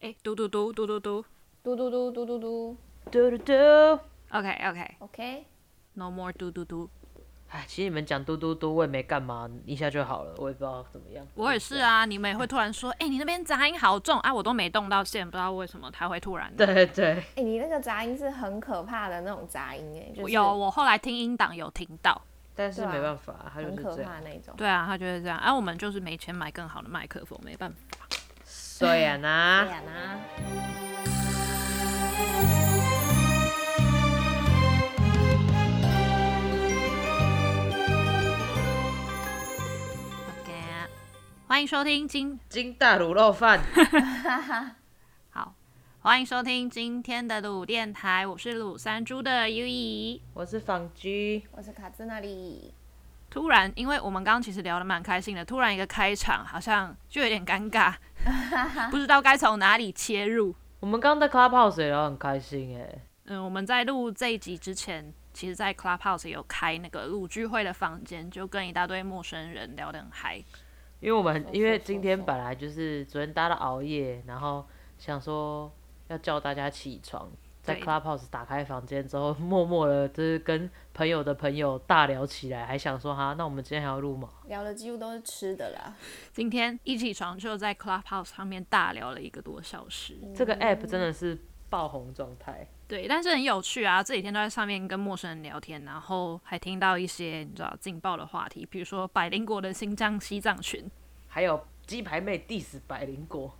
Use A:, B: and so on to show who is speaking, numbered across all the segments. A: 哎，嘟嘟嘟嘟嘟嘟
B: 嘟嘟嘟嘟嘟嘟
C: 嘟嘟嘟。
A: ，OK OK，No
B: ，OK。
A: more 嘟嘟嘟。
C: 哎，其实你们讲嘟嘟嘟，我也没干嘛，一下就好了，我也不知道怎么样。
A: 我也是啊，你们也会突然说，哎、你那边杂音好重啊，我都没动到线，不知道为什么它会突然。
C: 对对，
B: 哎、你那个杂音是很可怕的那种杂音、哎，就是
A: 有，我后来听音档有听到。
C: 但是
B: 对啊
C: 没办法，他就
B: 很
C: 是
B: 可
C: 这
B: 怕
C: 样。
B: 那种。
A: 对啊，他就是这样。啊，我们就是没钱买更好的麦克风，没办法。
C: 虽然
B: 对哎
C: 啊，
B: 呀呐，
A: OK，欢迎收听今
C: 金大卤肉饭，
A: 好，欢迎收听今天的鲁电台，我是鲁三猪的优怡。
C: 我是仿居，
B: 我是卡兹那里。
A: 突然，因为我们刚刚其实聊得蛮开心的，突然一个开场，好像就有点尴尬，不知道该从哪里切入。
C: 我们刚刚在 Clubhouse 也聊得很开心哎，
A: 嗯，我们在录这一集之前，其实，在 Clubhouse 有开那个录聚会的房间，就跟一大堆陌生人聊得很嗨。
C: 因为我们
A: 哦
B: 错
C: 因为
B: 错
C: 今天
B: 错
C: 本来就是昨天大家都熬夜，然后想说要叫大家起床，在
A: 对
C: Clubhouse 打开房间之后，默默的就是跟朋友的朋友大聊起来，还想说哈，那我们今天还要录吗？
B: 聊的几乎都是吃的啦，
A: 今天一起床就在 Clubhouse 上面大聊了一个多小时，
C: 这个 App 真的是爆红状态。
A: 对，但是很有趣啊！这几天都在上面跟陌生人聊天，然后还听到一些你知道劲爆的话题，比如说百灵国的新疆西藏群，
C: 还有鸡排妹 diss 百灵果，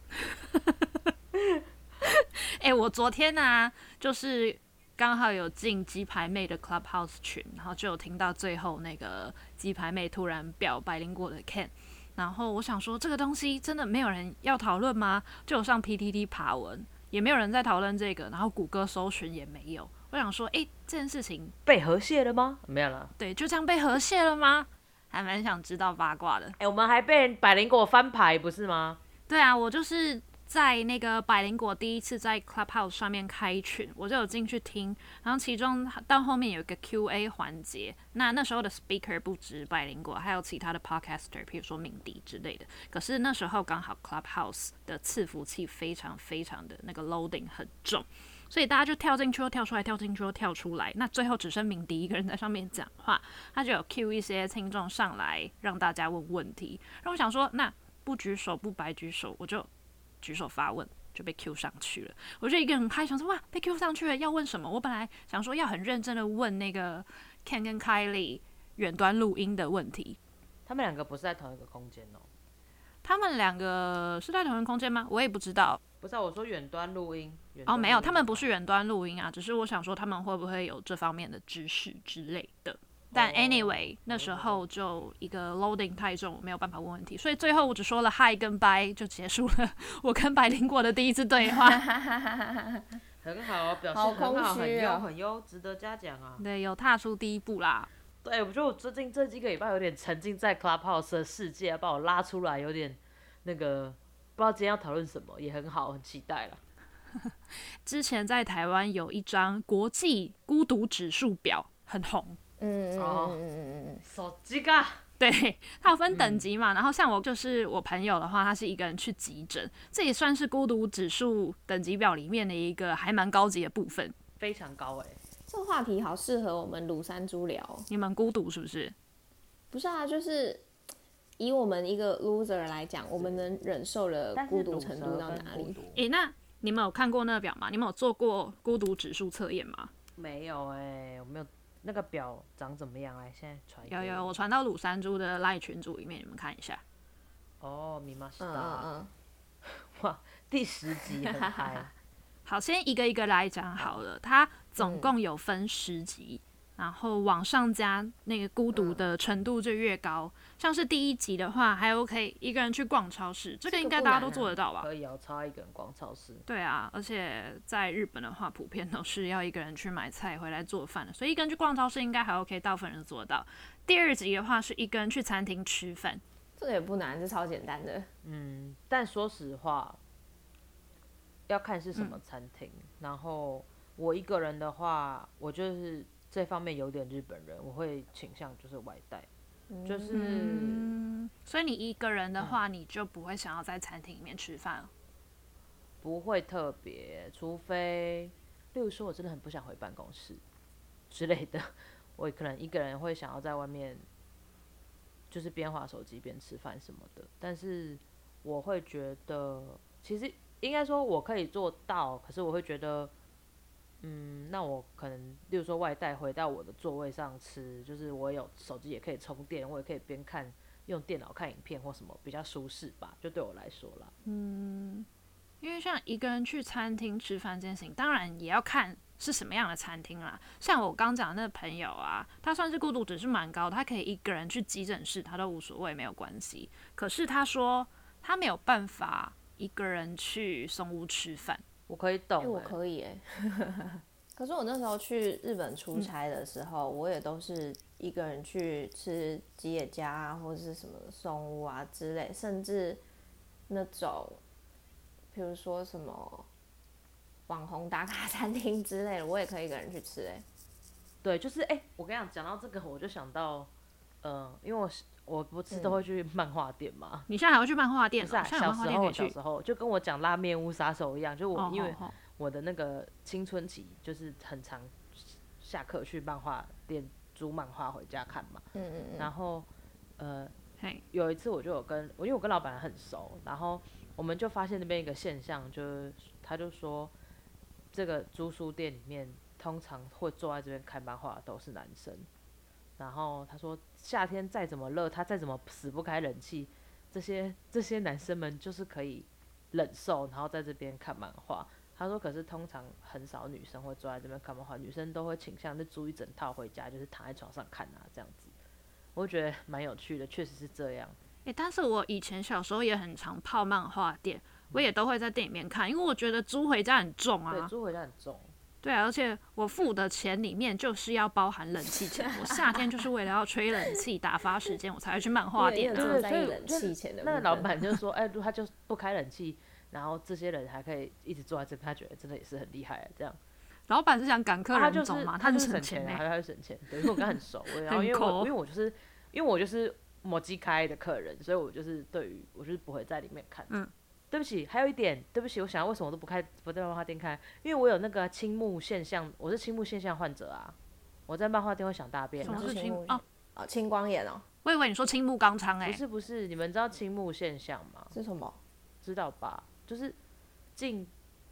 A: 哎、我昨天呢、就是刚好有进鸡排妹的 Clubhouse 群，然后就有听到最后那个鸡排妹突然表白灵果的 Ken，然后我想说这个东西真的没有人要讨论吗？就有上 PTT 爬文，也没有人在讨论这个，然后谷歌搜寻也没有。我想说，哎、这件事情
C: 被和谐了吗？没有啦。
A: 对就这样被和谐了吗？还蛮想知道八卦的。
C: 哎、我们还被百灵果翻牌不是吗？
A: 对啊，我就是在那个百灵果第一次在 Clubhouse 上面开群，我就有进去听，然后其中到后面有一个 Q&A 环节，那那时候的 speaker 不止百灵果，还有其他的 podcaster，譬如说敏迪之类的。可是那时候刚好 Clubhouse 的伺服器非常非常的那个 loading 很重。所以大家就跳进去又跳出来，跳进去又跳出来。那最后只剩敏迪一个人在上面讲话，他就有 Q 一些听众上来让大家问问题。然后我想说，那不举手不白举手，我就举手发问，就被 Q 上去了。我就一个人嗨，想说哇，被 Q 上去了，要问什么？我本来想说要很认真的问那个 Ken 跟 Kylie 远端录音的问题，
C: 他们两个不是在同一个空间哦、
A: 他们两个是在同一个空间吗？我也不知道。
C: 不是、啊，我说远端录音。远
A: 哦，
C: 端录音
A: 没有，他们不是远端录音啊，只是我想说他们会不会有这方面的知识之类的。但
C: 哦
A: anyway，那时候就一个 loading 太重，我没有办法问问题，所以最后我只说了 hi 跟 bye 就结束了 我跟白灵果的第一次对话。
C: 很好啊，表
B: 好
C: 现很好，
B: 空
C: 很
B: 虚
C: 优
B: 哦
C: 很优，值得嘉奖啊。
A: 对，有踏出第一步啦。
C: 对，我觉得我最近这几个礼拜有点沉浸在 Clubhouse 的世界，把我拉出来，有点那个不知道今天要讨论什么，也很好，很期待了。
A: 之前在台湾有一张国际孤独指数表很红，
B: 嗯，嗯嗯
C: 哦
B: 嗯嗯嗯
C: 手机噶，
A: 对，它有分等级嘛。然后像我就是我朋友的话，他是一个人去急诊，这也算是孤独指数等级表里面的一个还蛮高级的部分。
C: 非常高哎、
B: 这个话题好适合我们鲁山猪聊哦。
A: 你们孤独是不是？
B: 不是啊，就是以我们一个 loser 来讲，我们能忍受的
C: 但是
B: 孤独程度到
C: 乳蛇
B: 哪
C: 跟孤
B: 里？
C: 独
A: 诶、那你们有看过那个表吗？你们有做过孤独指数测验吗？
C: 没有哎、我没有那个表长怎么样？来，现在传
A: 有
C: 给
A: 有，
C: 我
A: 我传到鲁山猪的赖群组里面，你们看一下。
C: 哦，米玛西
B: 嗯嗯
C: 达，
B: 嗯，
C: 哇，第十集很嗨，
A: 好，先一个一个来讲好了。它总共有分十集，然后往上加那个孤独的程度就越高。像是第一集的话，还 OK，一个人去逛超市，这个应该大家都做得到吧？
C: 可以哦，超爱一个人逛超市，
A: 对啊，而且在日本的话，普遍都是要一个人去买菜回来做饭的，所以一个人去逛超市应该还 OK，大部分人都做得到。第二集的话是一个人去餐厅吃饭，
B: 这个也不难，这超简单的。
C: 嗯，但说实话，要看是什么餐厅。然后我一个人的话，我就是这方面有点日本人，我会倾向就是外带，就是、
A: 嗯，所以你一个人的话，你就不会想要在餐厅里面吃饭了。
C: 不会特别，除非，例如说我真的很不想回办公室之类的，我可能一个人会想要在外面，就是边划手机边吃饭什么的。但是我会觉得，其实应该说我可以做到，可是我会觉得，嗯，那我可能，例如说外带回到我的座位上吃，就是我有手机也可以充电，我也可以边看用电脑看影片或什么，比较舒适吧，就对我来说啦。
A: 因为像一个人去餐厅吃饭这件事情，当然也要看是什么样的餐厅啦。像我刚讲的那个朋友啊，他算是孤独指数蛮高的，他可以一个人去急诊室，他都无所谓，没有关系。可是他说他没有办法一个人去松屋吃饭，
C: 我可以懂、
B: 哎、我
C: 欸
B: 可以哎、 可是我那时候去日本
C: 嗯
B: 出差的时候，我也都是一个人去吃吉野家啊，或者是什么松屋啊之类，甚至那种，比如说什么网红打卡餐厅之类的，我也可以一个人去吃哎、
C: 对，就是哎、我跟你讲，讲到这个，我就想到，呃，因为我是我不
A: 嗯
C: 是都会去漫画店嘛，
A: 你现在还要去漫画店、
C: 不
A: 哦，
C: 是啊，
A: 现在有
C: 小
A: 漫画
C: 时
A: 店可
C: 候
A: 以
C: 小
A: 去
C: 时。候就跟我讲拉面屋杀手一样，就我、
A: 哦
C: 因为
A: 哦哦
C: 我的那个青春期就是很常下课去漫画店租漫画回家看嘛，
B: 嗯嗯嗯，
C: 然后呃
A: 嘿，
C: 有一次我就有跟，我因为我跟老板很熟，然后我们就发现那边一个现象，就是他就说，这个租书店里面通常会坐在这边看漫画的都是男生，然后他说夏天再怎么热，他再怎么死不开冷气，这些这些男生们就是可以忍受，然后在这边看漫画。他说：“可是通常很少女生会坐在这边看漫画，女生都会倾向就租一整套回家，就是躺在床上看啊，这样子。”我觉得蛮有趣的，确实是这样。
A: 诶、但是我以前小时候也很常泡漫画店，我也都会在店里面看，因为我觉得租回家很重啊。
C: 对，租回家很重。
A: 对啊，而且我付的钱里面就是要包含冷气钱，我夏天就是为了要吹冷气打发时间，我才会去漫画
B: 你
A: 店
B: 也你也
A: 啊。
B: 这么在
C: 所以
B: 意冷
C: 就
B: 气钱的
C: 那
B: 部
C: 个老
B: 分
C: 板就说：“哎、如果他就不开冷气，然后这些人还可以一直坐在这边，他觉得真的也是很厉害。”这样，啊
A: 老板是想赶客
C: 他就
A: 人
C: 是
A: 走嘛，
C: 他就
A: 很
C: 是省
A: 省欸
C: 钱
A: 呢、
C: 啊，他就省钱。对，因为我跟他 很熟，我然后
A: 很
C: 因为我
A: 抠
C: 因为我就是因为我就是摩机开的客人，所以我就是对于我就是不会在里面看。
A: 嗯。
C: 对不起，还有一点，对不起，我想要为什么我都不开不在漫画店开，因为我有那个青木现象，我是青木现象患者啊，我在漫画店会想大便
A: 什
C: 啊、
A: 么
B: 是
A: 是青
B: 青木
A: 哦？
B: 哦，青光眼哦，
A: 我以为你说青木刚昌哎、
C: 不是不是，你们知道青木现象吗？
B: 是什么？
C: 知道吧？就是进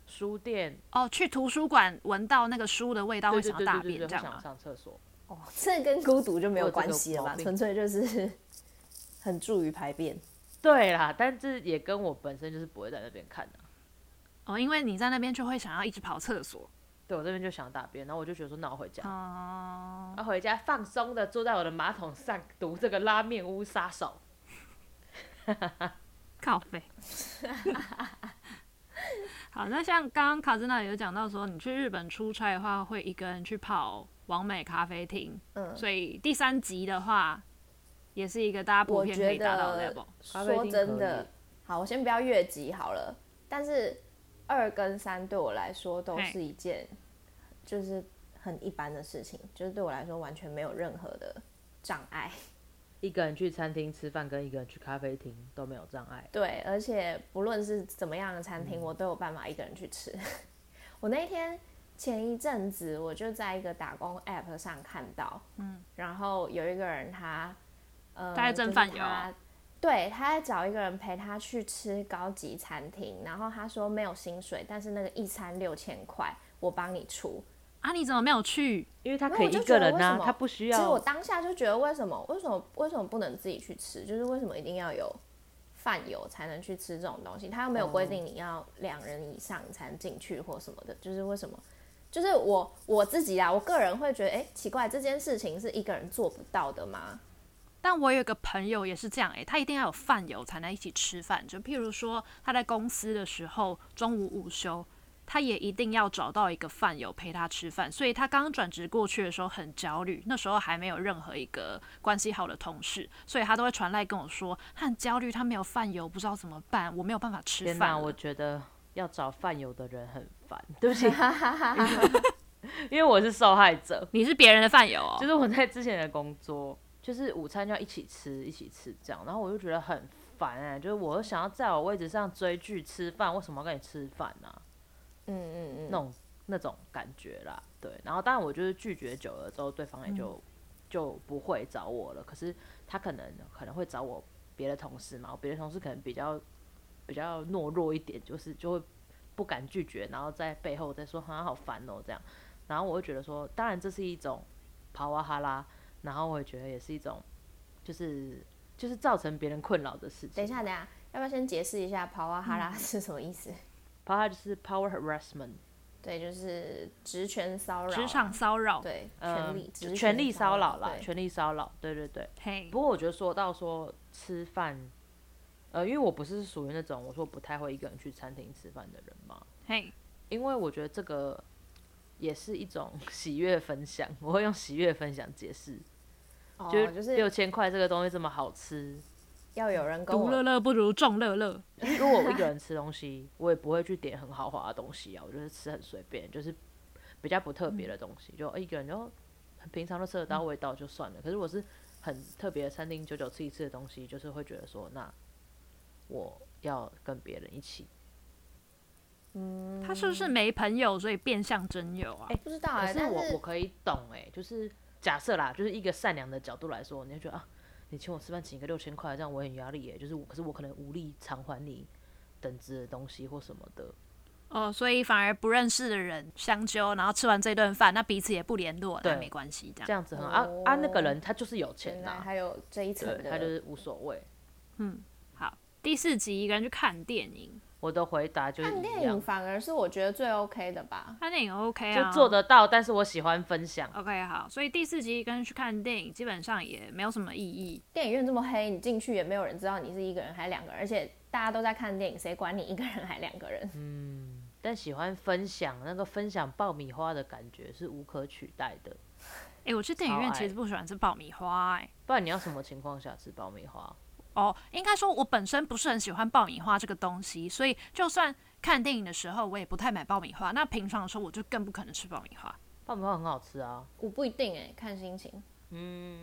C: 书店，
A: 哦，去图书馆闻到那个书的味道
C: 对
A: 会
C: 对
A: 想要
C: 对
A: 大
C: 对对
A: 便
C: 对，
A: 这
C: 会
A: 样
C: 想
A: 吗？
C: 上厕所。
B: 哦， 这跟孤独就没有
C: 我有这
B: 关
C: 个
B: 系了
C: 毛
B: 吧？
C: 病
B: 纯粹就是 很助于排便。
C: 对啦，但这也跟我本身就是不会在那边看的、啊
A: 哦，因为你在那边就会想要一直跑厕所。
C: 对我这边就想大便，然后我就觉得说，那我回家，
A: 哦、
C: 然后回家放松的坐在我的马桶上读这个拉面屋杀手。
A: 靠背。 好，那像刚刚卡姿娜有讲到说，你去日本出差的话，会一个人去跑完美咖啡厅，
B: 嗯，
A: 所以第三集的话，也是一个大家普
B: 我
A: 遍可
B: 觉
A: 以达到的
B: 得
A: level。
C: 咖啡
B: 说
C: 厅
B: 真
C: 可
B: 的
C: 以，
B: 好，我先不要越级好了。但是二跟三对我来说都
A: 嘿
B: 是一件就是很一般的事情，就是对我来说完全没有任何的障碍。
C: 一个人去餐厅吃饭跟一个人去咖啡厅都没有障碍。
B: 对，而且不论是怎么样的餐
A: 嗯
B: 厅，我都有办法一个人去吃。 我那天前一阵子，我就在一个打工 App 上看到，嗯，然后有一个人他，呃，
A: 他在
B: 就是
A: 蒸饭友
B: 他对，他在找一个人陪他去吃高级餐厅，然后他说没有薪水，但是那个一餐六千块，我帮你出。
A: 啊，你怎么没有去？
C: 因为他
B: 那
C: 可以
B: 我就
C: 一
B: 觉
C: 个
B: 得
C: 人
B: 为
C: 呐、
B: 什么
C: 他不需
B: 其实我
C: 要。
B: 当下就觉得，为什么为什么为什么不能自己去吃？就是为什么一定要有饭友才能去吃这种东西？他又没有规定你要两人以上你才能进去或什么的，就是为什么？就是我我自己啊，我个人会觉得，哎、奇怪，这件事情是一个人做不到的吗？
A: 但我有一个朋友也是这样、欸，他一定要有饭友才能一起吃饭。就譬如说他在公司的时候，中午午休，他也一定要找到一个饭友陪他吃饭。所以他刚转职过去的时候很焦虑，那时候还没有任何一个关系好的同事，所以他都会传来跟我说，他很焦虑，他没有饭友，不知道怎么办，我没有办法吃
C: 天
A: 饭
C: 哪，
A: 了。
C: 我觉得要找饭友的人很烦，对不起， 因为我是受害者。
A: 你是别人的饭友、哦，
C: 就是我在之前的工作，就是午餐要一起吃，一起吃这样，然后我就觉得很烦。烦哎、就是我想要在我位置上追剧吃饭，为什么要跟你吃饭啊呢、
B: 嗯嗯
C: 那
B: 嗯，
C: 种那种感觉啦，对。然后当然我就是拒绝久了之后，对方也
B: 嗯
C: 就、就不会找我了。可是他可能可能会找我别的同事嘛，我别的同事可能比较比较懦弱一点，就是就会不敢拒绝，然后在背后再说好像好烦哦、这样。然后我会觉得说，当然这是一种跑哇哈啦，然后我也觉得也是一种就是就是造成别人困扰的事情。
B: 等一下，等一下，要不要先解释一下跑哇啊哈拉是什么意
C: 嗯
B: 思？
C: 跑哈就是 power harassment。
B: 对，就是职权骚扰啊，
A: 职场骚扰，
B: 对，
C: 呃
B: 权力，职
C: 权力
B: 骚
C: 骚扰啦，
B: 对
C: 权力骚扰，对对对。
A: 嘿，
C: 不过我觉得说到说吃饭，呃，因为我不是属于那种我说不太会一个人去餐厅吃饭的人嘛，
A: 嘿，
C: 因为我觉得这个也是一种 喜悦分享，我会用喜悦分享解释，
B: 哦，
C: 就是
B: 就是
C: 六千块这个东西这么好吃，
B: 要有人跟
A: 独乐
B: 我，
A: 乐不如众乐乐，
C: 因为如果我一个人吃东西，我也不会去点很豪华的东西啊，我就是吃很随便，就是比较不特别的东西，就哦一个人就很平常都吃得到味道就算了。可是我是很特别的餐厅久久吃一次的东西，就是会觉得说，那我要跟别人一起。
B: 嗯，
A: 他是不是没朋友，所以变相真友啊？
B: 不知道
C: 可
B: 哎，
C: 是
B: 但
C: 我我可以懂哎、就是假设啦，就是一个善良的角度来说，你就觉得啊，你请我吃饭请个六千块，这样我很有压力耶、就是我可是我可能无力偿还你等值的东西或什么的。
A: 哦，所以反而不认识的人相揪，然后吃完这顿饭，那彼此也不联络，那
C: 对
A: 没关系，这
C: 这
A: 样。
C: 样子很、啊啊，那个
B: 哦
C: 人他就是有钱
B: 原
C: 呐、
B: 来还有这一层
C: 啊对，
B: 的，
C: 他就是无所谓。
A: 好，第四集一个人去看电影，
C: 我的回答就是
B: 看
C: 一
B: 电
C: 样
B: 影，反而是我觉得最 OK 的吧。
A: 看电影 OK 啊，
C: 就做得到，但是我喜欢分享。
A: OK 好，所以第四集一个人去看电影，基本上也没有什么意义。
B: 电影院这么黑，你进去也没有人知道你是一个人还两个人，而且大家都在看电影，谁管你一个人还两个人？
C: 但喜欢分享，那个分享爆米花的感觉是无可取代的。
A: 诶，我去电影
C: 超
A: 院
C: 爱
A: 其实不喜欢吃爆米花、诶。
C: 不然你要什么情况下吃爆米花？
A: 哦，应该说我本身不是很喜欢爆米花这个东西，所以就算看电影的时候，我也不太买爆米花。那平常的时候，我就更不可能吃爆米花。
C: 爆米花很好吃啊，
B: 我不一定哎、看心情。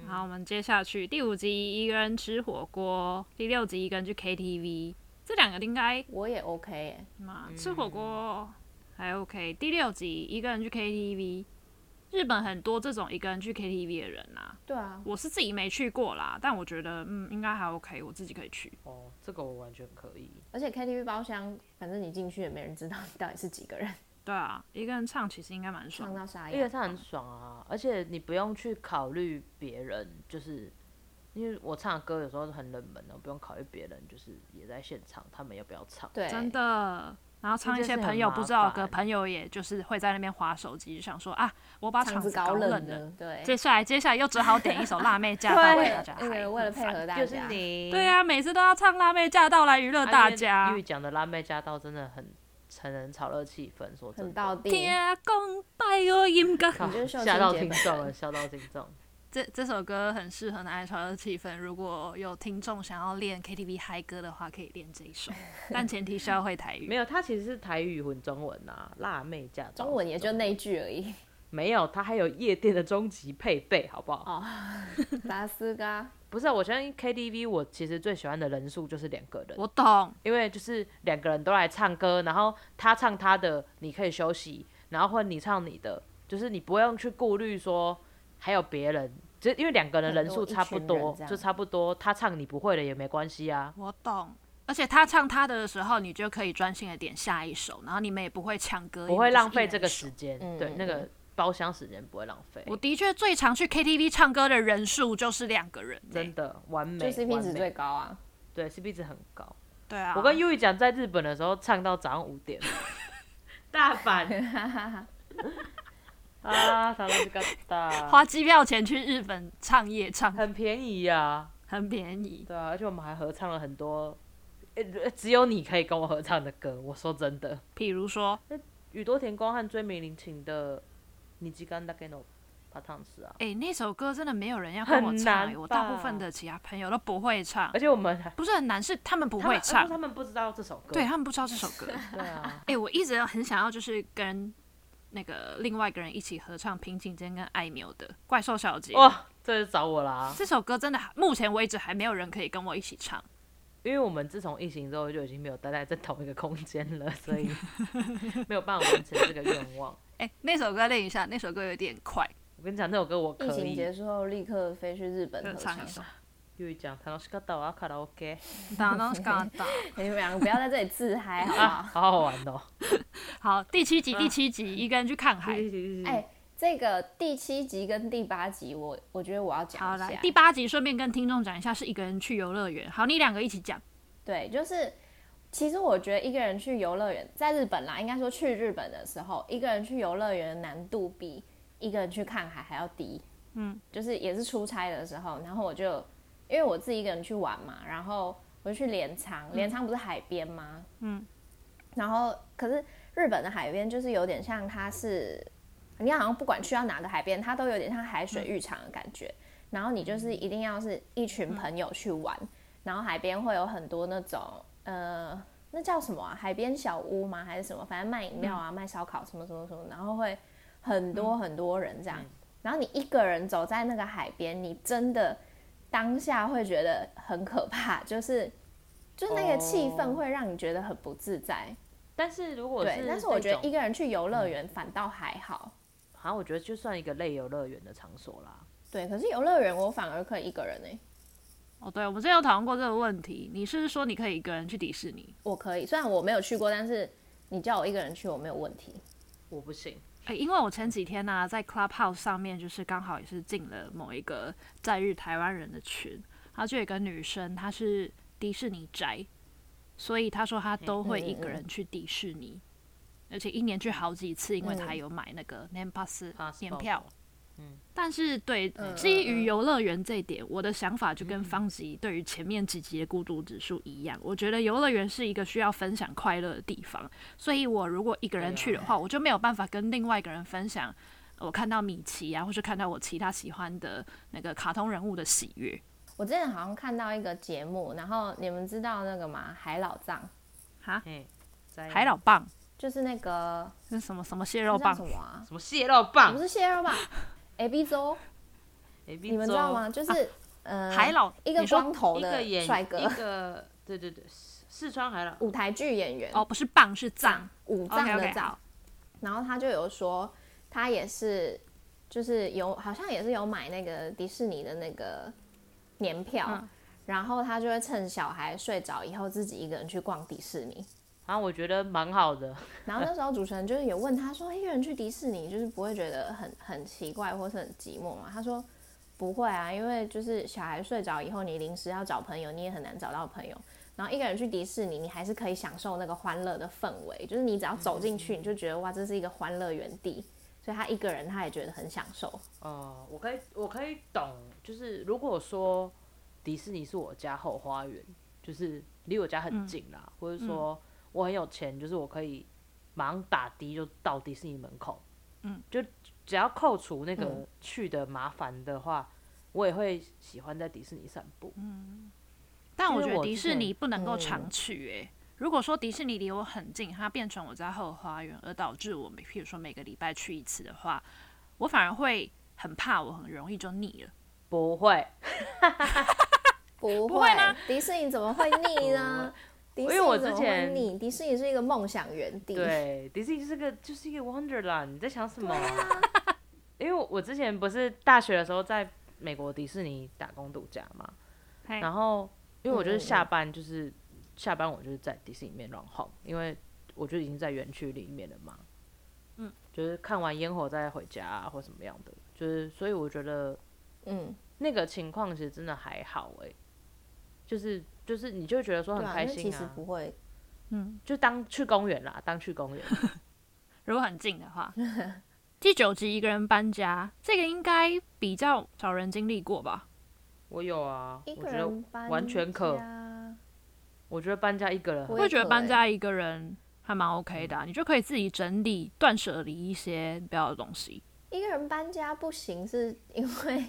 A: 好，我们接下去第五集一个人吃火锅，第六集一个人去 KTV，这两个应该
B: 我也 OK 哎、
A: 嘛，吃火
B: 嗯
A: 锅还 OK。第六集一个人去 KTV，日本很多这种一个人去 KTV 的人啊，
B: 对啊，
A: 我是自己没去过啦，但我觉得嗯应该还 OK，我自己可以去。
C: 哦，这个我完全可以。
B: 而且 KTV 包厢，反正你进去也没人知道你到底是几个人，
A: 对啊，一个人唱其实应该蛮爽
B: 唱
A: 的。
B: 到沙
C: 因为
B: 哑。
C: 它很爽啊，而且你不用去考虑别人，就是因为我唱的歌有时候是很冷门哦的，我不用考虑别人，就是也在现场，他们要不要唱。
B: 对，
A: 真的。然后唱一些朋友不知道的歌，朋友也就是会在那边划手机，想说啊，我把
B: 场
A: 场
B: 子
A: 子
B: 搞
A: 搞
B: 冷
A: 了。
B: 了，对，
A: 接下来，接下来又只好点一首《辣妹驾到》
C: 哎
A: 为
C: 对
A: 大
B: 为了
A: 家嗨
B: 那个为了配。合大家，
C: 就是你，
A: 对啊，每次都要唱《辣妹驾到》来娱乐大
C: 啊因
A: 家
C: 为玉。讲的辣妹驾到真的很很能炒热气氛，说真
B: 很
C: 的，
B: 到地。
A: 天公啊拜我音歌，
C: 靠
B: 你就是秀清
C: 吓到
B: 姐
C: 听
B: 本
C: 众
B: 人
C: 了，吓到听众。
A: 这这首歌很适合拿来炒热气氛。如果有听众想要练 KTV 嗨歌的话，可以练这一 首，但前提是要会台
C: 没
A: 语。
C: 有，它其实是台语混中文啊，辣妹驾到，
B: 中文也就那一句而已。
C: 没有，它还有夜店的终极配备，好不好？
B: 哦，达斯嘎，
C: 不是、啊，我相信 KTV 我其实最喜欢的人数就是两个人，
A: 我懂，
C: 因为就是两个人都来唱歌，然后他唱他的，你可以休息，然后或你唱你的，就是你不用去顾虑说还有别人，就因为两个人人数差不
B: 很多一群
C: 多
B: 人这，样
C: 就差不多，他唱你不会的也没关系啊。
A: 我懂。而且他唱他的的时候，你就可以专心的点下一首，然后你们也不会抢歌，
C: 不
A: 也
C: 会
A: 就是
C: 浪
A: 一
C: 费
A: 人
C: 这个
A: 一首
C: 时间，
B: 嗯
C: 对
B: 嗯
C: 那个
B: 嗯
C: 包厢时间不会浪费，
A: 我的确最常去 KTV 唱歌的人数就是两个人、欸，
C: 真的完
B: 就
C: 美，
B: CP
C: 完
B: 值
C: 美
B: 最高啊。
C: 对 CP 值很高。
A: 对啊。
C: 我跟优 i 讲，在日本的时候唱到早上五 点，大阪 啊， 楽しかった
A: 花机票钱去日本唱夜唱
C: 很便宜呀、
A: 很便宜，
C: 对啊，而且我们还合唱了很多，呃只有你可以跟我合唱的歌。我说真的，
A: 比如说
C: 宇多田光和追美玲请的《你吉干大概诺巴汤斯》啊，
A: 哎、那首歌真的没有人要跟我唱、
C: 很
A: 欸，
C: 难
A: 我大部
C: 吧
A: 分的其他朋友都不会唱
C: 而，且我们还
A: 不是很难，是他们不
C: 他们
A: 会
C: 他
A: 唱
C: 说，他们不知道这首歌，
A: 对啊他们不知道这首歌。
C: 对啊，
A: 哎、我一直很想要就是跟那个另外一个人一起合唱平井坚跟艾苗的《怪兽小姐》
C: 哇，这就找我啦。
A: 这首歌真的还，目前为止还没有人可以跟我一起唱。
C: 因为我们自从疫情之后就已经没有待在在同一个空间了，所以没有办法完成这个愿望。
A: 哎、那首歌练一下，那首歌有点快，
C: 我跟你讲，那首歌我可
B: 疫情
C: 以。
B: 结束后立刻飞去日
C: 嗯
B: 本合
A: 嗯唱
B: 唱
A: 一。首。
C: 又一讲，楽しかったわカラオケ
A: 当当当当。
B: 哎你们两个不要在这里自 嗨好不
C: 啊，
B: 好？
C: 好好玩哦！
A: 好，第七集，
C: 嗯
A: 第七集，一个人去看海。
B: 哎、
C: 哎，
B: 这个第七集跟第八集我，我觉得我要讲
A: 好，
B: 一
A: 来
B: 下。
A: 第八集，顺便跟听众讲一下，是一个人去游乐园。好，你两个一起讲。
B: 对，就是其实我觉得一个人去游乐园，在日本啦，应该说去日本的时候，一个人去游乐园的难度比一个人去看海还要低。嗯，就是也是出差的时候，然后我就因为我自己一个人去玩嘛，然后我就去镰仓，镰仓不是海边吗？嗯，然后可是日本的海边就是有点像它是。你好像不管去到哪个海边，它都有点像海水浴场的感觉。然后你就是一定要是一群朋友去玩，然后海边会有很多那种呃，那叫什么啊？海边小屋吗？还是什么？反正卖饮料啊，卖烧烤什么什么什么，然后会很多很多人这样。然后你一个人走在那个海边，你真的当下会觉得很可怕，就是就那个气氛
C: 哦
B: 会让你觉得很不自在。
C: 但是如果
B: 对
C: 是，
B: 但是我觉得
C: 那种嗯
B: 一个人去游乐园反倒还好。
C: 好像我觉得就算一个类游乐园的场所啦。
B: 对，可是游乐园我反而可以一个人呢、欸
A: 哦，对，我们之前有讨论过这个问题。你是不是说你可以一个人去迪士尼？
B: 我可以，虽然我没有去过，但是你叫我一个人去，我没有问题。
C: 我不信，
A: 哎、因为我前几天呢、在 Clubhouse 上面，就是刚好也是进了某一个在日台湾人的群，然后就有一个女生，她是迪士尼宅，所以她说她都
B: 嗯
A: 会一个人去迪士尼，而且一年去好几次，因为
B: 嗯
A: 她有买那个 Name Pass
C: 怕死
A: 年
C: 爆
A: 票。但是对
B: 嗯
A: 基
B: 嗯
A: 于游乐园这一点，我的想法就跟方吉对于前面几集的孤独指数一样，我觉得游乐园是一个需要分享快乐的地方，所以我如果一个人去
C: 啊
A: 的话，我就没有办法跟另外一个人分享呃我看到米奇啊，或是看到我其他喜欢的那个卡通人物的喜悦。
B: 我之前好像看到一个节目，然后你们知道那个吗？海老藏
A: 哈，
C: 哎，在
A: 海老棒
B: 就是那个
A: 是什么什么蟹
B: 那
A: 肉
B: 叫
A: 棒
B: 什？么啊？
C: 什么蟹肉棒
B: 不是蟹 肉棒，A B 周，
C: ，A B
B: 你们知道吗？就是、呃，
A: 啊海老
B: 一个
A: 你说
B: 光头
C: 一个
B: 的
C: 演
B: 帅
C: 一
B: 哥，
C: 个对对对，四四川海老
B: 舞台剧演员
A: 哦，不是棒是藏，
B: 五脏
A: OK，OK，
B: 的脏
A: 好。
B: 然后他就有说，他也是就是有好像也是有买那个迪士尼的那个年票，
A: 嗯
B: 然后他就会趁小孩睡着以后自己一个人去逛迪士尼。
C: 啊，我觉得蛮好的。
B: 然后那时候主持人就是有问他说，一个人去迪士尼就是不会觉得很很奇怪或是很寂寞嘛？他说不会啊，因为就是小孩睡着以后，你临时要找朋友，你也很难找到朋友。然后一个人去迪士尼，你还是可以享受那个欢乐的氛围，就是你只要走进
C: 嗯
B: 去，你就觉得哇，这是一个欢乐园地。所以他一个人，他也觉得很享受。
C: 哦，我可以，我可以懂，就是如果说迪士尼是我家后花园，就是离我家很近啦，或者说我很有钱，就是我可以马上打的就到迪士尼门口，嗯，就只要扣除那个
B: 嗯
C: 去的麻烦的话，我也会喜欢在迪士尼散步。
A: 但
C: 因
A: 我
C: 为
A: 觉得
C: 我
A: 迪
C: 之
A: 士
C: 前
A: 尼不能够
B: 嗯
A: 常去诶、如果说迪士尼离我很近，它变成我家后花园，而导致我每譬如说每个礼拜去一次的话，我反而会很怕，我很容易就腻了。
C: 不会，
B: 不会，
A: 不会吗
B: 迪士尼怎么会腻呢？迪士
C: 因为 我
B: 尼怎
C: 之
B: 么会
C: 前
B: 腻？迪士尼是一个梦想园地。
C: 对，迪士尼就是个就是一个 Wonderland，你在想什么、啊？因为我之前不是大学的时候在美国迪士尼打工度假嘛，
A: 嘿
C: 然后因为我就是下
B: 嗯嗯
C: 班就是、下班我就是在迪士尼里面乱晃，因为我就已经在园区里面了嘛，嗯，就是看完烟火再回家、啊、或什么样的，就是所以我觉得
B: 嗯，
C: 那个情况其实真的还好诶、就是就是你就会觉得说
B: 对
C: 很
B: 啊，
C: 开
B: 因为其
C: 心
B: 实
C: 啊，
B: 不会
A: 嗯
C: 就当去公园啦，当 去公园。
A: 如果很近的话，第九集一个人搬家，这个应该比较少人经历过吧？
C: 我有啊，
B: 一个
C: 我觉得
B: 人搬
C: 完全可
B: 家
C: 我嗯觉得搬家一个人很
B: 我
A: 会
B: 也
A: 觉得
B: 可
A: 搬
B: 欸
A: 家一个人还蛮 OK 的啊、你就可以自己整理、断舍离一些不要的东西。
B: 一个人搬家不行，是因为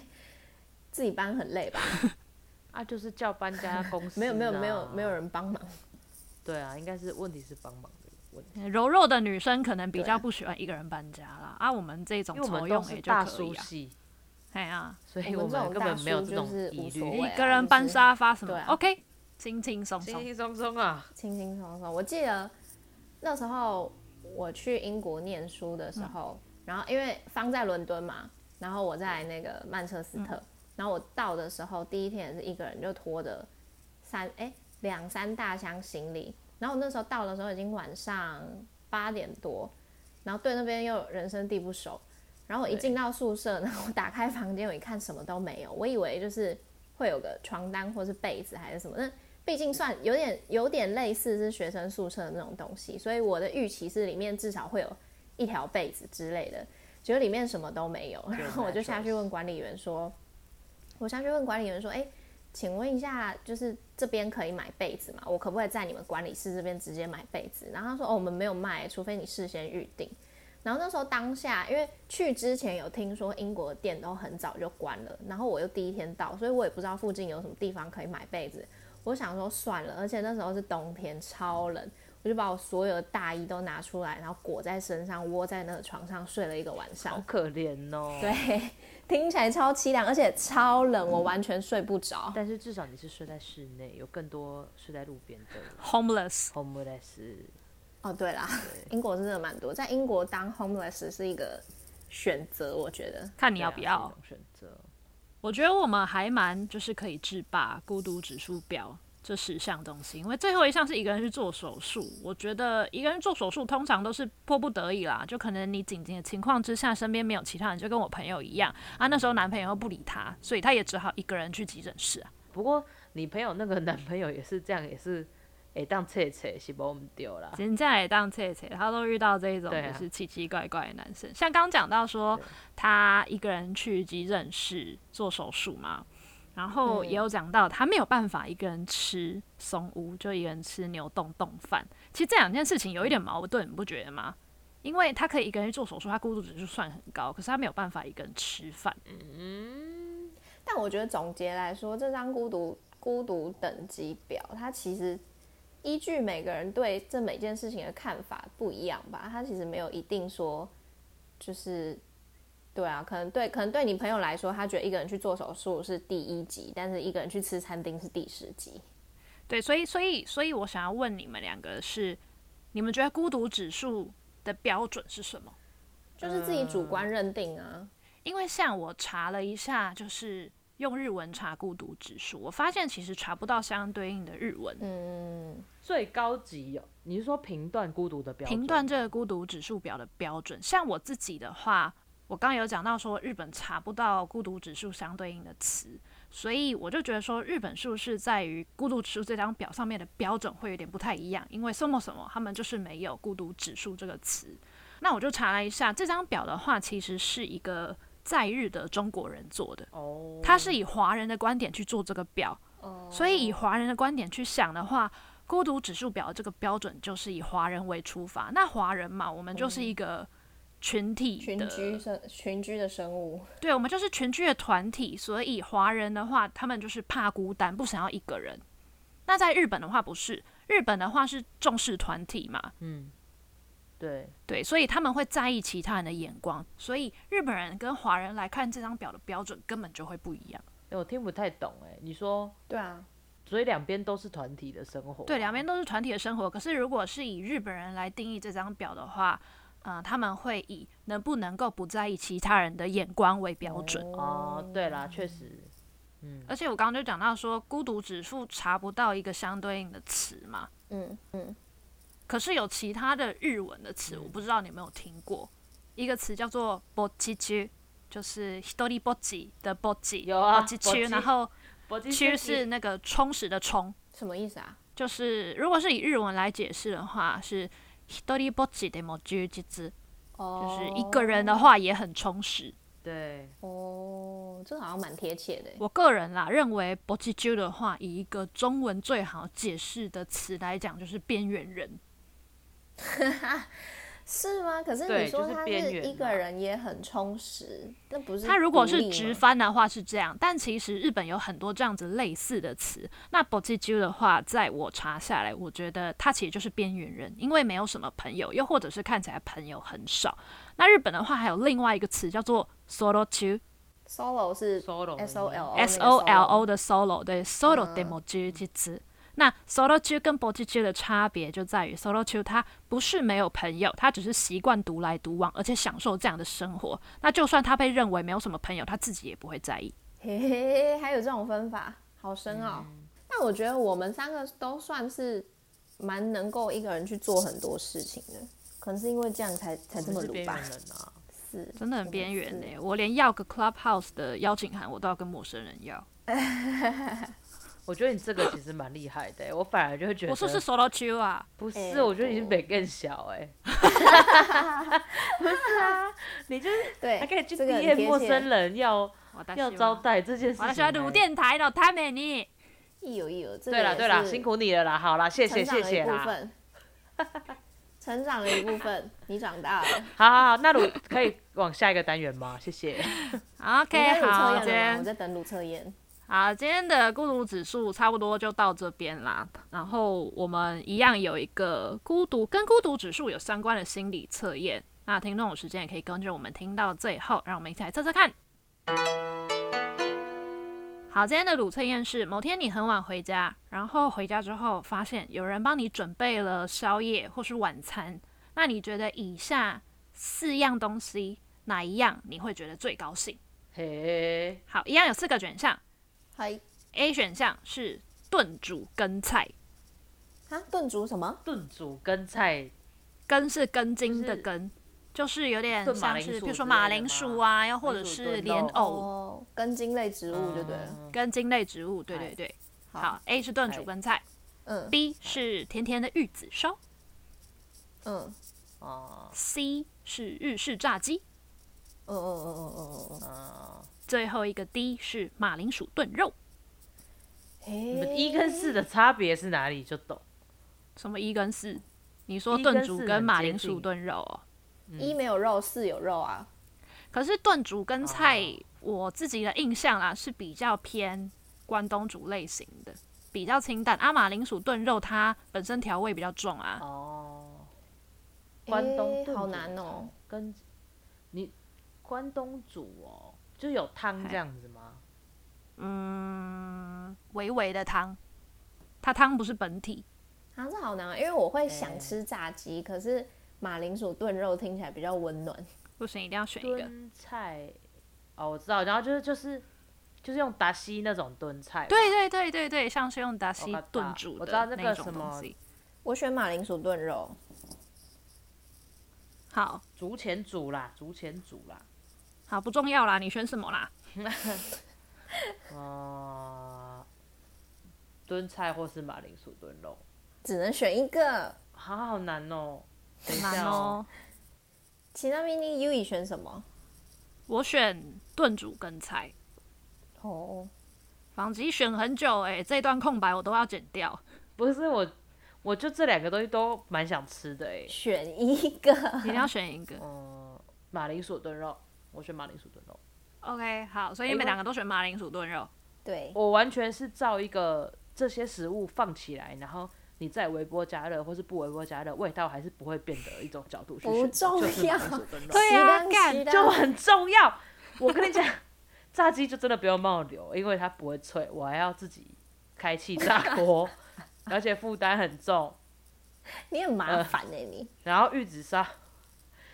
B: 自己搬很累吧？
C: 啊，就是叫搬家公 司、啊
B: 没有没有没有没有。人帮忙，
C: 对啊，应该是问题是帮忙的问题，
A: 柔弱的女生可能比
B: 对
A: 较不喜欢一个人搬家啦，啊，我们这种
C: 因为我
A: 愁
C: 们都
A: 用
C: 是
A: 也就
C: 大
A: 可以
C: 叔
A: 啊。
C: 系，
A: 哎呀、
C: 所以
B: 我们这
C: 们
B: 种
C: 根
B: 大
C: 本没有
B: 叔
C: 这
B: 就
C: 种
B: 是无
C: 疑
B: 所
C: 虑
B: 谓。
A: 一
B: 啊
A: 个人搬
B: 就是
A: 沙发什么、
B: 对啊
A: o k 轻轻松
C: 轻
A: 松。
C: 轻松松啊，
B: 轻轻松松。我记得那时候我去英国念书的时
C: 嗯
B: 候，然后因为方在伦敦嘛，然后我在那个曼彻斯
C: 嗯
B: 特，然后我到的时候第一天也是一个人就拖着三哎两三大箱行李，然后我那时候到的时候已经晚上八点多，然后对那边又人生地不熟。然后我一
C: 对
B: 进到宿舍， 然后我打开房间，我一看什么都没有，我以为就是会有个床单或是被子还是什么，那毕竟算有点有点类似是学生宿舍的那种东西，所以我的预期是里面至少会有一条被子之类的，结果里面什么都没有，然后我就下去问管理员说，我下去问管理员说，哎，请问一下，就是这边可以买被子吗？我可不可以在你们管理室这边直接买被子？然后他说，哦，我们没有卖，除非你事先预定。然后那时候当下，因为去之前有听说英国的店都很早就关了，然后我又第一天到，所以我也不知道附近有什么地方可以买被子。我想说算了，而且那时候是冬天，超冷，我就把我所有的大衣都拿出来，然后裹在身上，窝在那个床上睡了一个晚
C: 好
B: 上。
C: 可怜哦。对，
B: 对，啊听起来超凄凉，而且超冷，我完全睡不着。
C: 但是至少你是睡在室内，有更多睡在路边的
A: Homeless，
C: homeless。啊
B: 哦，对啦， 英国真的蛮多，在英国当 homeless 是一个选择，我觉得。
A: 看你
C: 你
A: 要不要。
C: 选择？
A: 我觉得我们还蛮就是可以制霸孤独指数表这十项东西，因为最后一项是一个人去做手术。我觉得一个人做手术通常都是迫不得已啦，就可能你紧急的情况之下，身边没有其他人，就跟我朋友一样啊，那时候男朋友又不理她，所以她也只好一个人去急诊室啊。
C: 不过你朋友那个男朋友也是这样，也是哎当切切，是把我们丢了。
A: 人家也当切切，他都遇到这一种
C: 对啊
A: 就是奇奇怪怪的男生。像刚讲到说，他一个人去急诊室做手术嘛，然后也有讲到他没有办法一个人吃松屋，就一个人吃牛冻冻饭。其实这两件事情有一点矛盾，你不觉得吗？因为他可以一个人去做手术，他孤独指数算很高，可是他没有办法一个人吃饭。
B: 但我觉得总结来说，这张孤独孤独等级表，它其实依据每个人对这每件事情的看法不一样吧，它其实没有一定说就是。对啊，可能对，可能对你朋友来说，他觉得一个人去做手术是第一级，但是一个人去吃餐厅是第十级。
A: 对，所以所以所以我想要问你们两个是，你们觉得孤独指数的标准是什么？
B: 就是自己
A: 嗯
B: 主观认定啊。
A: 因为像我查了一下，就是用日文查孤独指数，我发现其实查不到相对应的日文。
B: 嗯，
C: 最高级哦，你是说评断孤独的标准？
A: 评断这个孤独指数表的标准，像我自己的话，我刚刚有讲到说日本查不到孤独指数相对应的词，所以我就觉得说日本是不是在于孤独指数这张表上面的标准会有点不太一样，因为什么什么他们就是没有孤独指数这个词。那我就查了一下，这张表的话其实是一个在日的中国人做的。
C: 哦，
A: 他是以华人的观点去做这个表，
B: 哦
A: 所以以华人的观点去想的话，孤独指数表这个标准就是以华人为出发。那华人嘛，我们就是一个群体
B: 嗯群
A: 的，
B: 居生群居的生物，
A: 对，我们就是群居的团体，所以华人的话，他们就是怕孤单，不想要一个人。那在日本的话不是，日本的话是重视团体嘛，
C: 嗯，对，
A: 对，所以他们会在意其他人的眼光，所以日本人跟华人来看这张表的标准根本就会不一样。
C: 哎，我听不太懂哎，你说，
B: 对啊，
C: 所以两边都是团体的生活，
A: 对，两边都是团体的生活。可是如果是以日本人来定义这张表的话，嗯、他们会以能不能够不在意其他人的眼光为标准。
C: 哦，对啦，确实，嗯
A: 而且我刚刚就讲到说，孤独指数查不到一个相对应的词嘛，
B: 嗯嗯，
A: 可是有其他的日文的词，
C: 嗯
A: 我不知道你有没有听过，一个词叫做“ぼちち”，就是“ひとりぼち”的“ぼち”，
C: 有啊
A: ぼち
C: ぼ
A: ち
C: ち
A: 然后
C: 搏
A: “
C: 击
A: ち”是那个充实的“充”，
B: 什么意思啊？
A: 就是如果是以日文来解释的话，是“ひとりぼっちでも充実”，就
B: 哦
A: 是一个人的话也很充实。
C: 对，
B: 哦，这个好像蛮贴切的耶。
A: 我个人啦认为“ぼちち”的话，以一个中文最好解释的词来讲，就是边缘人。
B: 是吗？可是
C: 对
B: 你说
C: 就是
B: 他
C: 边
B: 是
C: 缘
B: 一个
C: 嘛
B: 人也很充实，那不是
A: 它如果
B: 独
A: 是
B: 立吗
A: 直翻的话是这样，但其实日本有很多这样子类似的词。那 “bo ji ju” 的话，在我查下来，我觉得它其实就是边缘人，因为没有什么朋友，又或者是看起来朋友很少。那日本的话，还有另外一个词叫做 “solo chu”。
B: solo 是
C: solo 嗯的意思
B: S O L
A: S O L
B: O 哦
A: O
B: 那个 solo 嗯
A: 的 solo，对，solo demo 狙击词。那 solo 区跟 b o j i 的差别就在于 solo 区他不是没有朋友，他只是习惯独来独往，而且享受这样的生活。那就算他被认为没有什么朋友，他自己也不会在意。
B: 嘿嘿嘿，还有这种分法，好深奥、
C: 嗯
B: 但我觉得我们三个都算是蛮能够一个人去做很多事情的，可能是因为这样才才这
C: 我
B: 么
C: 们是
B: 鲁
C: 边
B: 吧
C: 缘。人啊，
B: 是，
A: 真的很边缘
B: 是
A: 呢、我连要个 Clubhouse 的邀请函我都要跟陌生人要。
C: 我觉得你这个其实蛮厉害的欸、我反而就会觉得
A: 我说是 solo 区啊，
C: 不是，
B: 哎
C: 我觉得你是
B: 我
C: 北更小 哎、不是啊，你就是
B: 对，
C: 还可以去
B: 这个很
C: 毕业
B: 贴
C: 陌
B: 切啊
C: 生人要
A: 我大
C: 要招待这件事
A: 我
C: 情、
A: 喜欢读
C: 欸
A: 电台呢，他美你。
B: 一有一有，这个
C: 对啦
B: 也
C: 对啦，
B: 是
C: 辛苦你了啦，好啦，谢
B: 成
C: 谢
B: 长
C: 谢
B: 的一
C: 谢
B: 部
C: 啦，
B: 分，成长的一部分，你长大了。
C: 好好好，那鲁可以往下一个单元吗？谢谢。
B: 你在
A: OK，
B: 乳测
A: 好，
B: 验
A: 今
B: 了吗？我
A: 天
B: 在等乳测验。
A: 好，今天的孤独指数差不多就到这边啦。然后我们一样有一个孤独跟孤独指数有相关的心理测验，那听众有时间也可以跟着我们听到最后，让我们一起来测测看。好，今天的鲁测验是某天你很晚回家，然后回家之后发现有人帮你准备了宵夜或是晚餐，那你觉得以下四样东西哪一样你会觉得最高兴？
C: 嘿，
A: 好，一样有四个选项。
B: 嗨，
A: A 选项是炖煮根菜，
B: 啊，炖煮什么？
C: 炖煮跟菜
A: 根是根茎的根，就是有点
C: 炖马
A: 像
C: 铃
A: 是
C: 薯
A: 比如说
C: 之类
A: 马
C: 的
A: 铃
C: 吗
A: 薯啊，又或
C: 马
A: 者
C: 铃薯
A: 是
C: 炖
A: 莲
C: 肉
A: 藕、
B: 哦，根茎类植物哦就对了。
C: 嗯
A: 根茎类植物。对对
C: 哎
A: 对，
B: 好
A: 好，A 是炖煮
C: 哎
A: 根菜
B: 嗯
A: ，B 是甜甜的玉子烧
B: 嗯
C: 哦，
A: ，C 是日式炸鸡，
B: 嗯嗯嗯嗯嗯嗯嗯。
C: 嗯，
A: 最后一个 D 是马铃薯炖肉。
C: 你
B: 嘿
C: 们一跟四的差别是哪里就懂。
A: 什么一跟四？你说
C: 一
A: 炖
C: 跟
A: 煮
C: 四
A: 跟
C: 很
A: 马
C: 接
A: 铃薯
C: 近
A: 炖肉哦？
B: 一没有肉，四有肉啊。
A: 可是炖煮跟菜
C: 哦，
A: 我自己的印象啊啦是比较偏关东煮类型的，比较清淡。阿马铃薯炖肉它本身调味比较重啊，
C: 哦，关东
B: 哎，
C: 炖
B: 好
C: 煮嗯
B: 难哦。
C: 跟你关东煮哦，就有汤
A: 嗨
C: 这样子吗？
A: 嗯，微微的汤，它汤不是本体。
B: 啊，这好难啊，因为我会想
C: 哎
B: 吃炸鸡，可是马铃薯炖肉听起来比较温暖。
A: 不行，一定要选一个。
C: 炖菜哦，我知道，然后就是就是就是用达西那种炖菜吧，
A: 对对对对对，像是用达西
C: 我知道
A: 炖煮
C: 哦我知道
A: 的
C: 那个
A: 那种
C: 什么
A: 东西。
B: 我选马铃薯炖肉。
A: 好
C: 竹前煮啦，竹前煮啦，
A: 好不重要啦，你选什么啦？
C: 哦、炖菜或是马铃薯炖肉，
B: 只能选一个。
C: 好好难哦，等一
A: 难
C: 下
A: 哦，
B: 其他咪咪 U 以选什么？
A: 我选炖煮跟菜。
B: 哦，
A: 房吉选很久哎、这段空白我都要剪 掉。
C: 不是我，我就这两个东西都蛮想吃的哎，
B: 选一个。
A: 一定要选一个。
C: 嗯，马铃薯炖肉，我选马铃薯炖肉，
A: OK，好，所以你
C: 哎
A: 们
C: 我
A: 两个都选马铃薯炖肉。
B: 对，
C: 我完全是照一个这些食物放起来，然后。你再微波加热或是不微波加热，味道还是不会变的一种角度去
B: 不
C: 选择
B: 重
C: 就是马铃
B: 要
C: 薯炖肉
A: 对啊
B: 西单
A: 干
B: 西单
C: 就很重要。我跟你讲，炸鸡就真的不要冒油，因为它不会脆，我还要自己开气炸锅，而且负担很重。
B: 你很麻烦哎、你。
C: 然后玉子烧，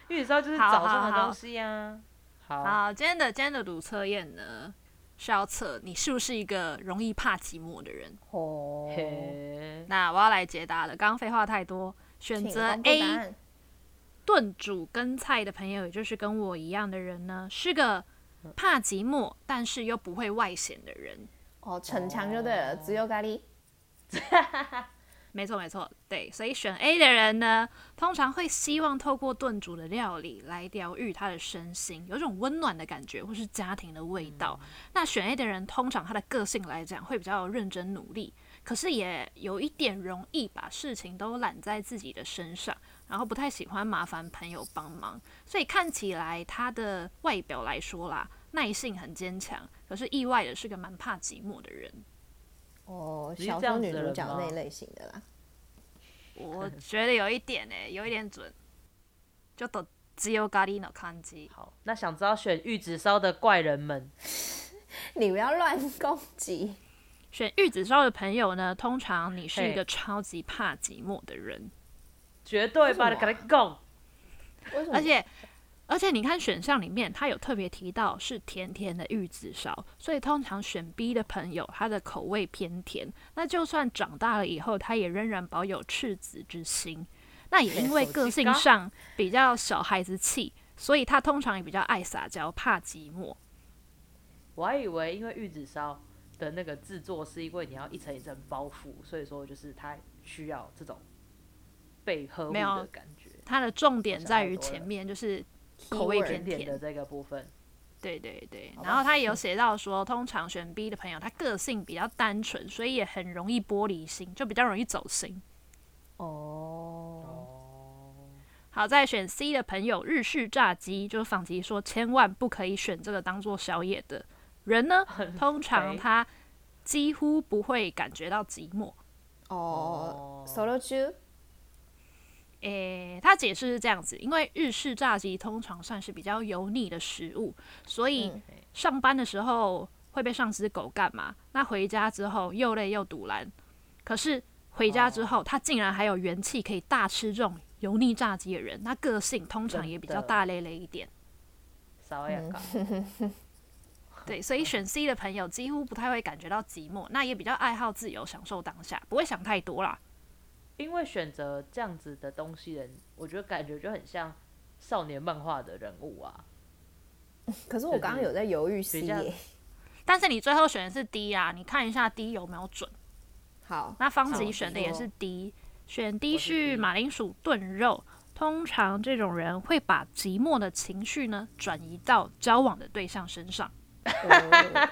C: 玉子烧就是
A: 好
C: 早
A: 好
C: 上
A: 好
C: 的东西呀、啊。好，
A: 好，今天的今天的读测验呢，是要测你是不是一个容易怕寂寞的人。
B: 哦，
C: 嘿
A: 那我要来解答了，刚刚废话太多，选
B: 请
A: 择
B: 公布答
A: A
B: 案。
A: 炖煮跟菜的朋友，也就是跟我一样的人呢，是个怕寂寞但是又不会外显的人。
B: 哦，逞强就对了，只有咖喱。
A: 没错，没错，对，所以选 A 的人呢，通常会希望透过炖煮的料理来疗愈他的身心，有种温暖的感觉，或是家庭的味道。那选 A 的人，通常他的个性来讲会比较认真努力，可是也有一点容易把事情都揽在自己的身上，然后不太喜欢麻烦朋友帮忙，所以看起来他的外表来说啦，耐性很坚强，可是意外的是个蛮怕寂寞的人。
B: 哦，
C: 你是
B: 小
C: 这
B: 说
C: 样子
B: 女
C: 的
B: 主
C: 人
B: 角那
C: 吗
B: 类型的啦。
A: 我觉得有一点诶、有一点准，就都只有咖喱の感じ。
C: 好，那想知道选玉子烧的怪人们，
B: 你不要乱攻击。
A: 选玉子烧的朋友呢，通常你是
C: 嘿
A: 一个超级怕寂寞的人，
C: 绝对吧，
B: 为什么啊
C: 给他讲。
B: 为什么？
A: 而且而且你看选项里面，他有特别提到是甜甜的玉子烧，所以通常选 B 的朋友，他的口味偏甜，那就算长大了以后，他也仍然保有赤子之心。那也因为个性上比较小孩子气，所以他通常也比较爱撒娇，怕寂寞。
C: 我还以为因为玉子烧的那个制作是因为你要一层一层包覆，所以说就是它需要这种被呵护
A: 没有
C: 的感觉。
A: 他的重点在于
C: 想太多了
A: 前面，就是口
B: Keyword
A: 味偏
C: 甜
A: 甜
C: 点的这个部分，
A: 对对对，
B: 好吧
A: 然后他也有写到说，通常选 B 的朋友，他个性比较单纯，所以也很容易玻璃心，就比较容易走心。
B: 哦，
A: 好，再选 C 的朋友，日式炸鸡，就是仿吉说，千万不可以选这个当做宵夜的人呢。通常他几乎不会感觉到寂寞。
B: 哦
C: 哦
B: ，solo 猪，
A: 诶、他解释是这样子，因为日式炸鸡通常算是比较油腻的食物，所以
B: 嗯
A: 上班的时候会被上司狗干嘛？那回家之后又累又堵懒，可是回家
C: 哦
A: 之后、他竟然还有元气可以大吃这种油腻炸鸡的人，那个性通常也比较
C: 真的
A: 大咧咧一点。
C: 稍微搞
B: 嗯
A: 对，所以 选 C 的朋友几乎不太会感觉到寂寞，那也比较爱好自由，享受当下，不会想太多啦。
C: 因为选择这样子的东西的人，我觉得感觉就很像少年漫画的人物 啊。
B: 可是我刚刚有在犹豫 C
C: 比较
B: 耶。
A: 但是你最后选的是 D 啊，你看一下 D 有没有准。
B: 好，
A: 那方
B: 好
A: 子
B: 你
A: 怡选的也是
B: 说
A: D，选 D
C: 我是
A: 是
C: D
A: 马铃薯炖肉。通常这种人会把寂寞的情绪呢转移到交往的对象身上。
C: 哦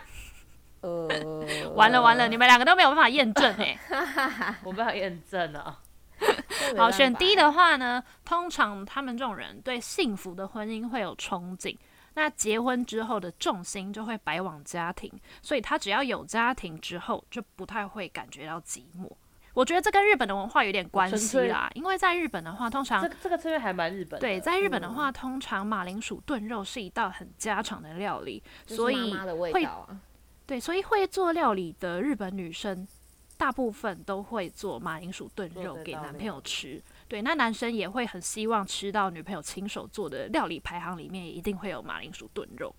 B: 呃，呃
A: 完了完了，你们两个都没有办法验证哎、
C: 我没有验证啊，
B: 这没
A: 好，
B: 办
A: 选
B: 法
A: D 的话呢，通常他们这种人对幸福的婚姻会有憧憬。那结婚之后的重心就会摆往家庭，所以他只要有家庭之后，就不太会感觉到寂寞。我觉得这跟日本的文化有点关
C: 纯
A: 系
C: 粹
A: 啦，因为在日本的话，通
B: 啊
A: 常
C: 这个这个策略还蛮日本的。
A: 对，在日本的话，通常马铃薯炖肉是一道很家常的料理，
B: 就是
A: 所以
B: 妈妈的味
A: 会
B: 道啊，
A: 对，所以会做料理的日本女生，大部分都会做马铃薯炖
C: 做
A: 肉
C: 这
A: 给
C: 道
A: 男
C: 料
A: 朋友吃。对，那男生也会很希望吃到女朋友亲手做的料理排行里面，一定会有马铃薯炖肉。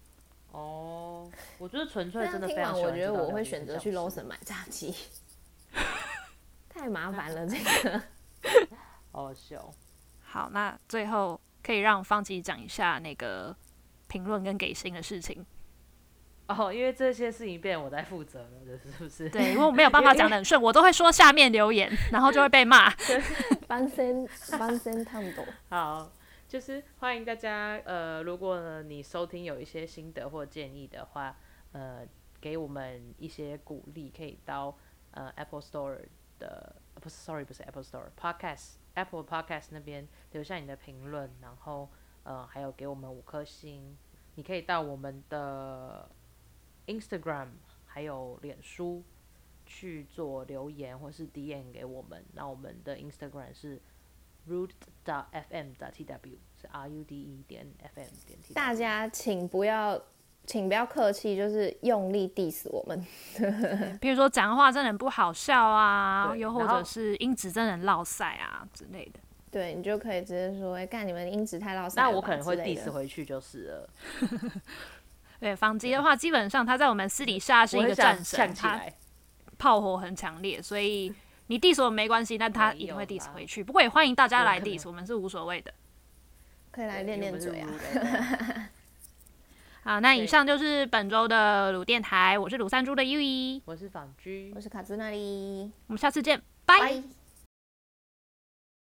C: 哦，我觉得纯
B: 这
C: 粹真
B: 样
C: 的
B: 听
C: 非
B: 完，
C: 常喜
B: 我
C: 欢
B: 觉
C: 这
B: 得
C: 道
B: 我
C: 料
B: 会
C: 理
B: 选
C: 很
B: 择
C: 像
B: 去
C: 是
B: Lawson 买炸 鸡，太麻烦了这个。
C: 好好笑。
A: 好，那最后可以让方吉讲一下那个评论跟给星的事情。
C: 哦，因为这些事情变我在负责了，是不是？
A: 对，因为我没有办法讲得很顺，我都会说下面留言，然后就会被骂。
B: 班森班森烫斗，
C: 好，就是欢迎大家，呃，如果呢你收听有一些心得或建议的话，呃，给我们一些鼓励，可以到呃 Apple Store 的呃不是，sorry，不是 Apple Store Podcast Apple Podcast 那边留下你的评论，然后呃还有给我们五颗星，你可以到我们的 Instagram 还有脸书。去做留言或是 DM 给我们，那我们的 Instagram 是 root fm t w 是 r u d e 点 f m 点 t w。
B: 大家请不要，请不要客气，就是用力 diss 我们。
A: 比如说讲话真的很不好笑啊，
C: 对
A: 又或
C: 然后
A: 者是音质真的很落塞啊之类的。
B: 对你就可以直接说，哎、干你们音质太老塞
C: 那
B: 了吧。
C: 我可能会
B: 之类的
C: diss 回去就是了。
A: 对，房吉的话，基本上他在我们私底下是
C: 我
A: 一
C: 很
A: 个
C: 想
A: 战神，
C: 呛起
A: 他
C: 来，
A: 炮火很强烈，所以你 diss 我没关系，但他一定会
C: 没有
A: diss
C: 啦
A: 回去。不过也欢迎大家来
C: 有可能
A: diss，我们是无所谓的。
B: 可以来练练嘴啊。
A: 哦
C: 啊。
A: 好，那以
C: 对
A: 上就是本周的鲁电台，我是鲁三猪的 U 一，
C: 我是仿居
B: 我，是卡兹那里，
A: 我们下次见，拜。
B: 拜。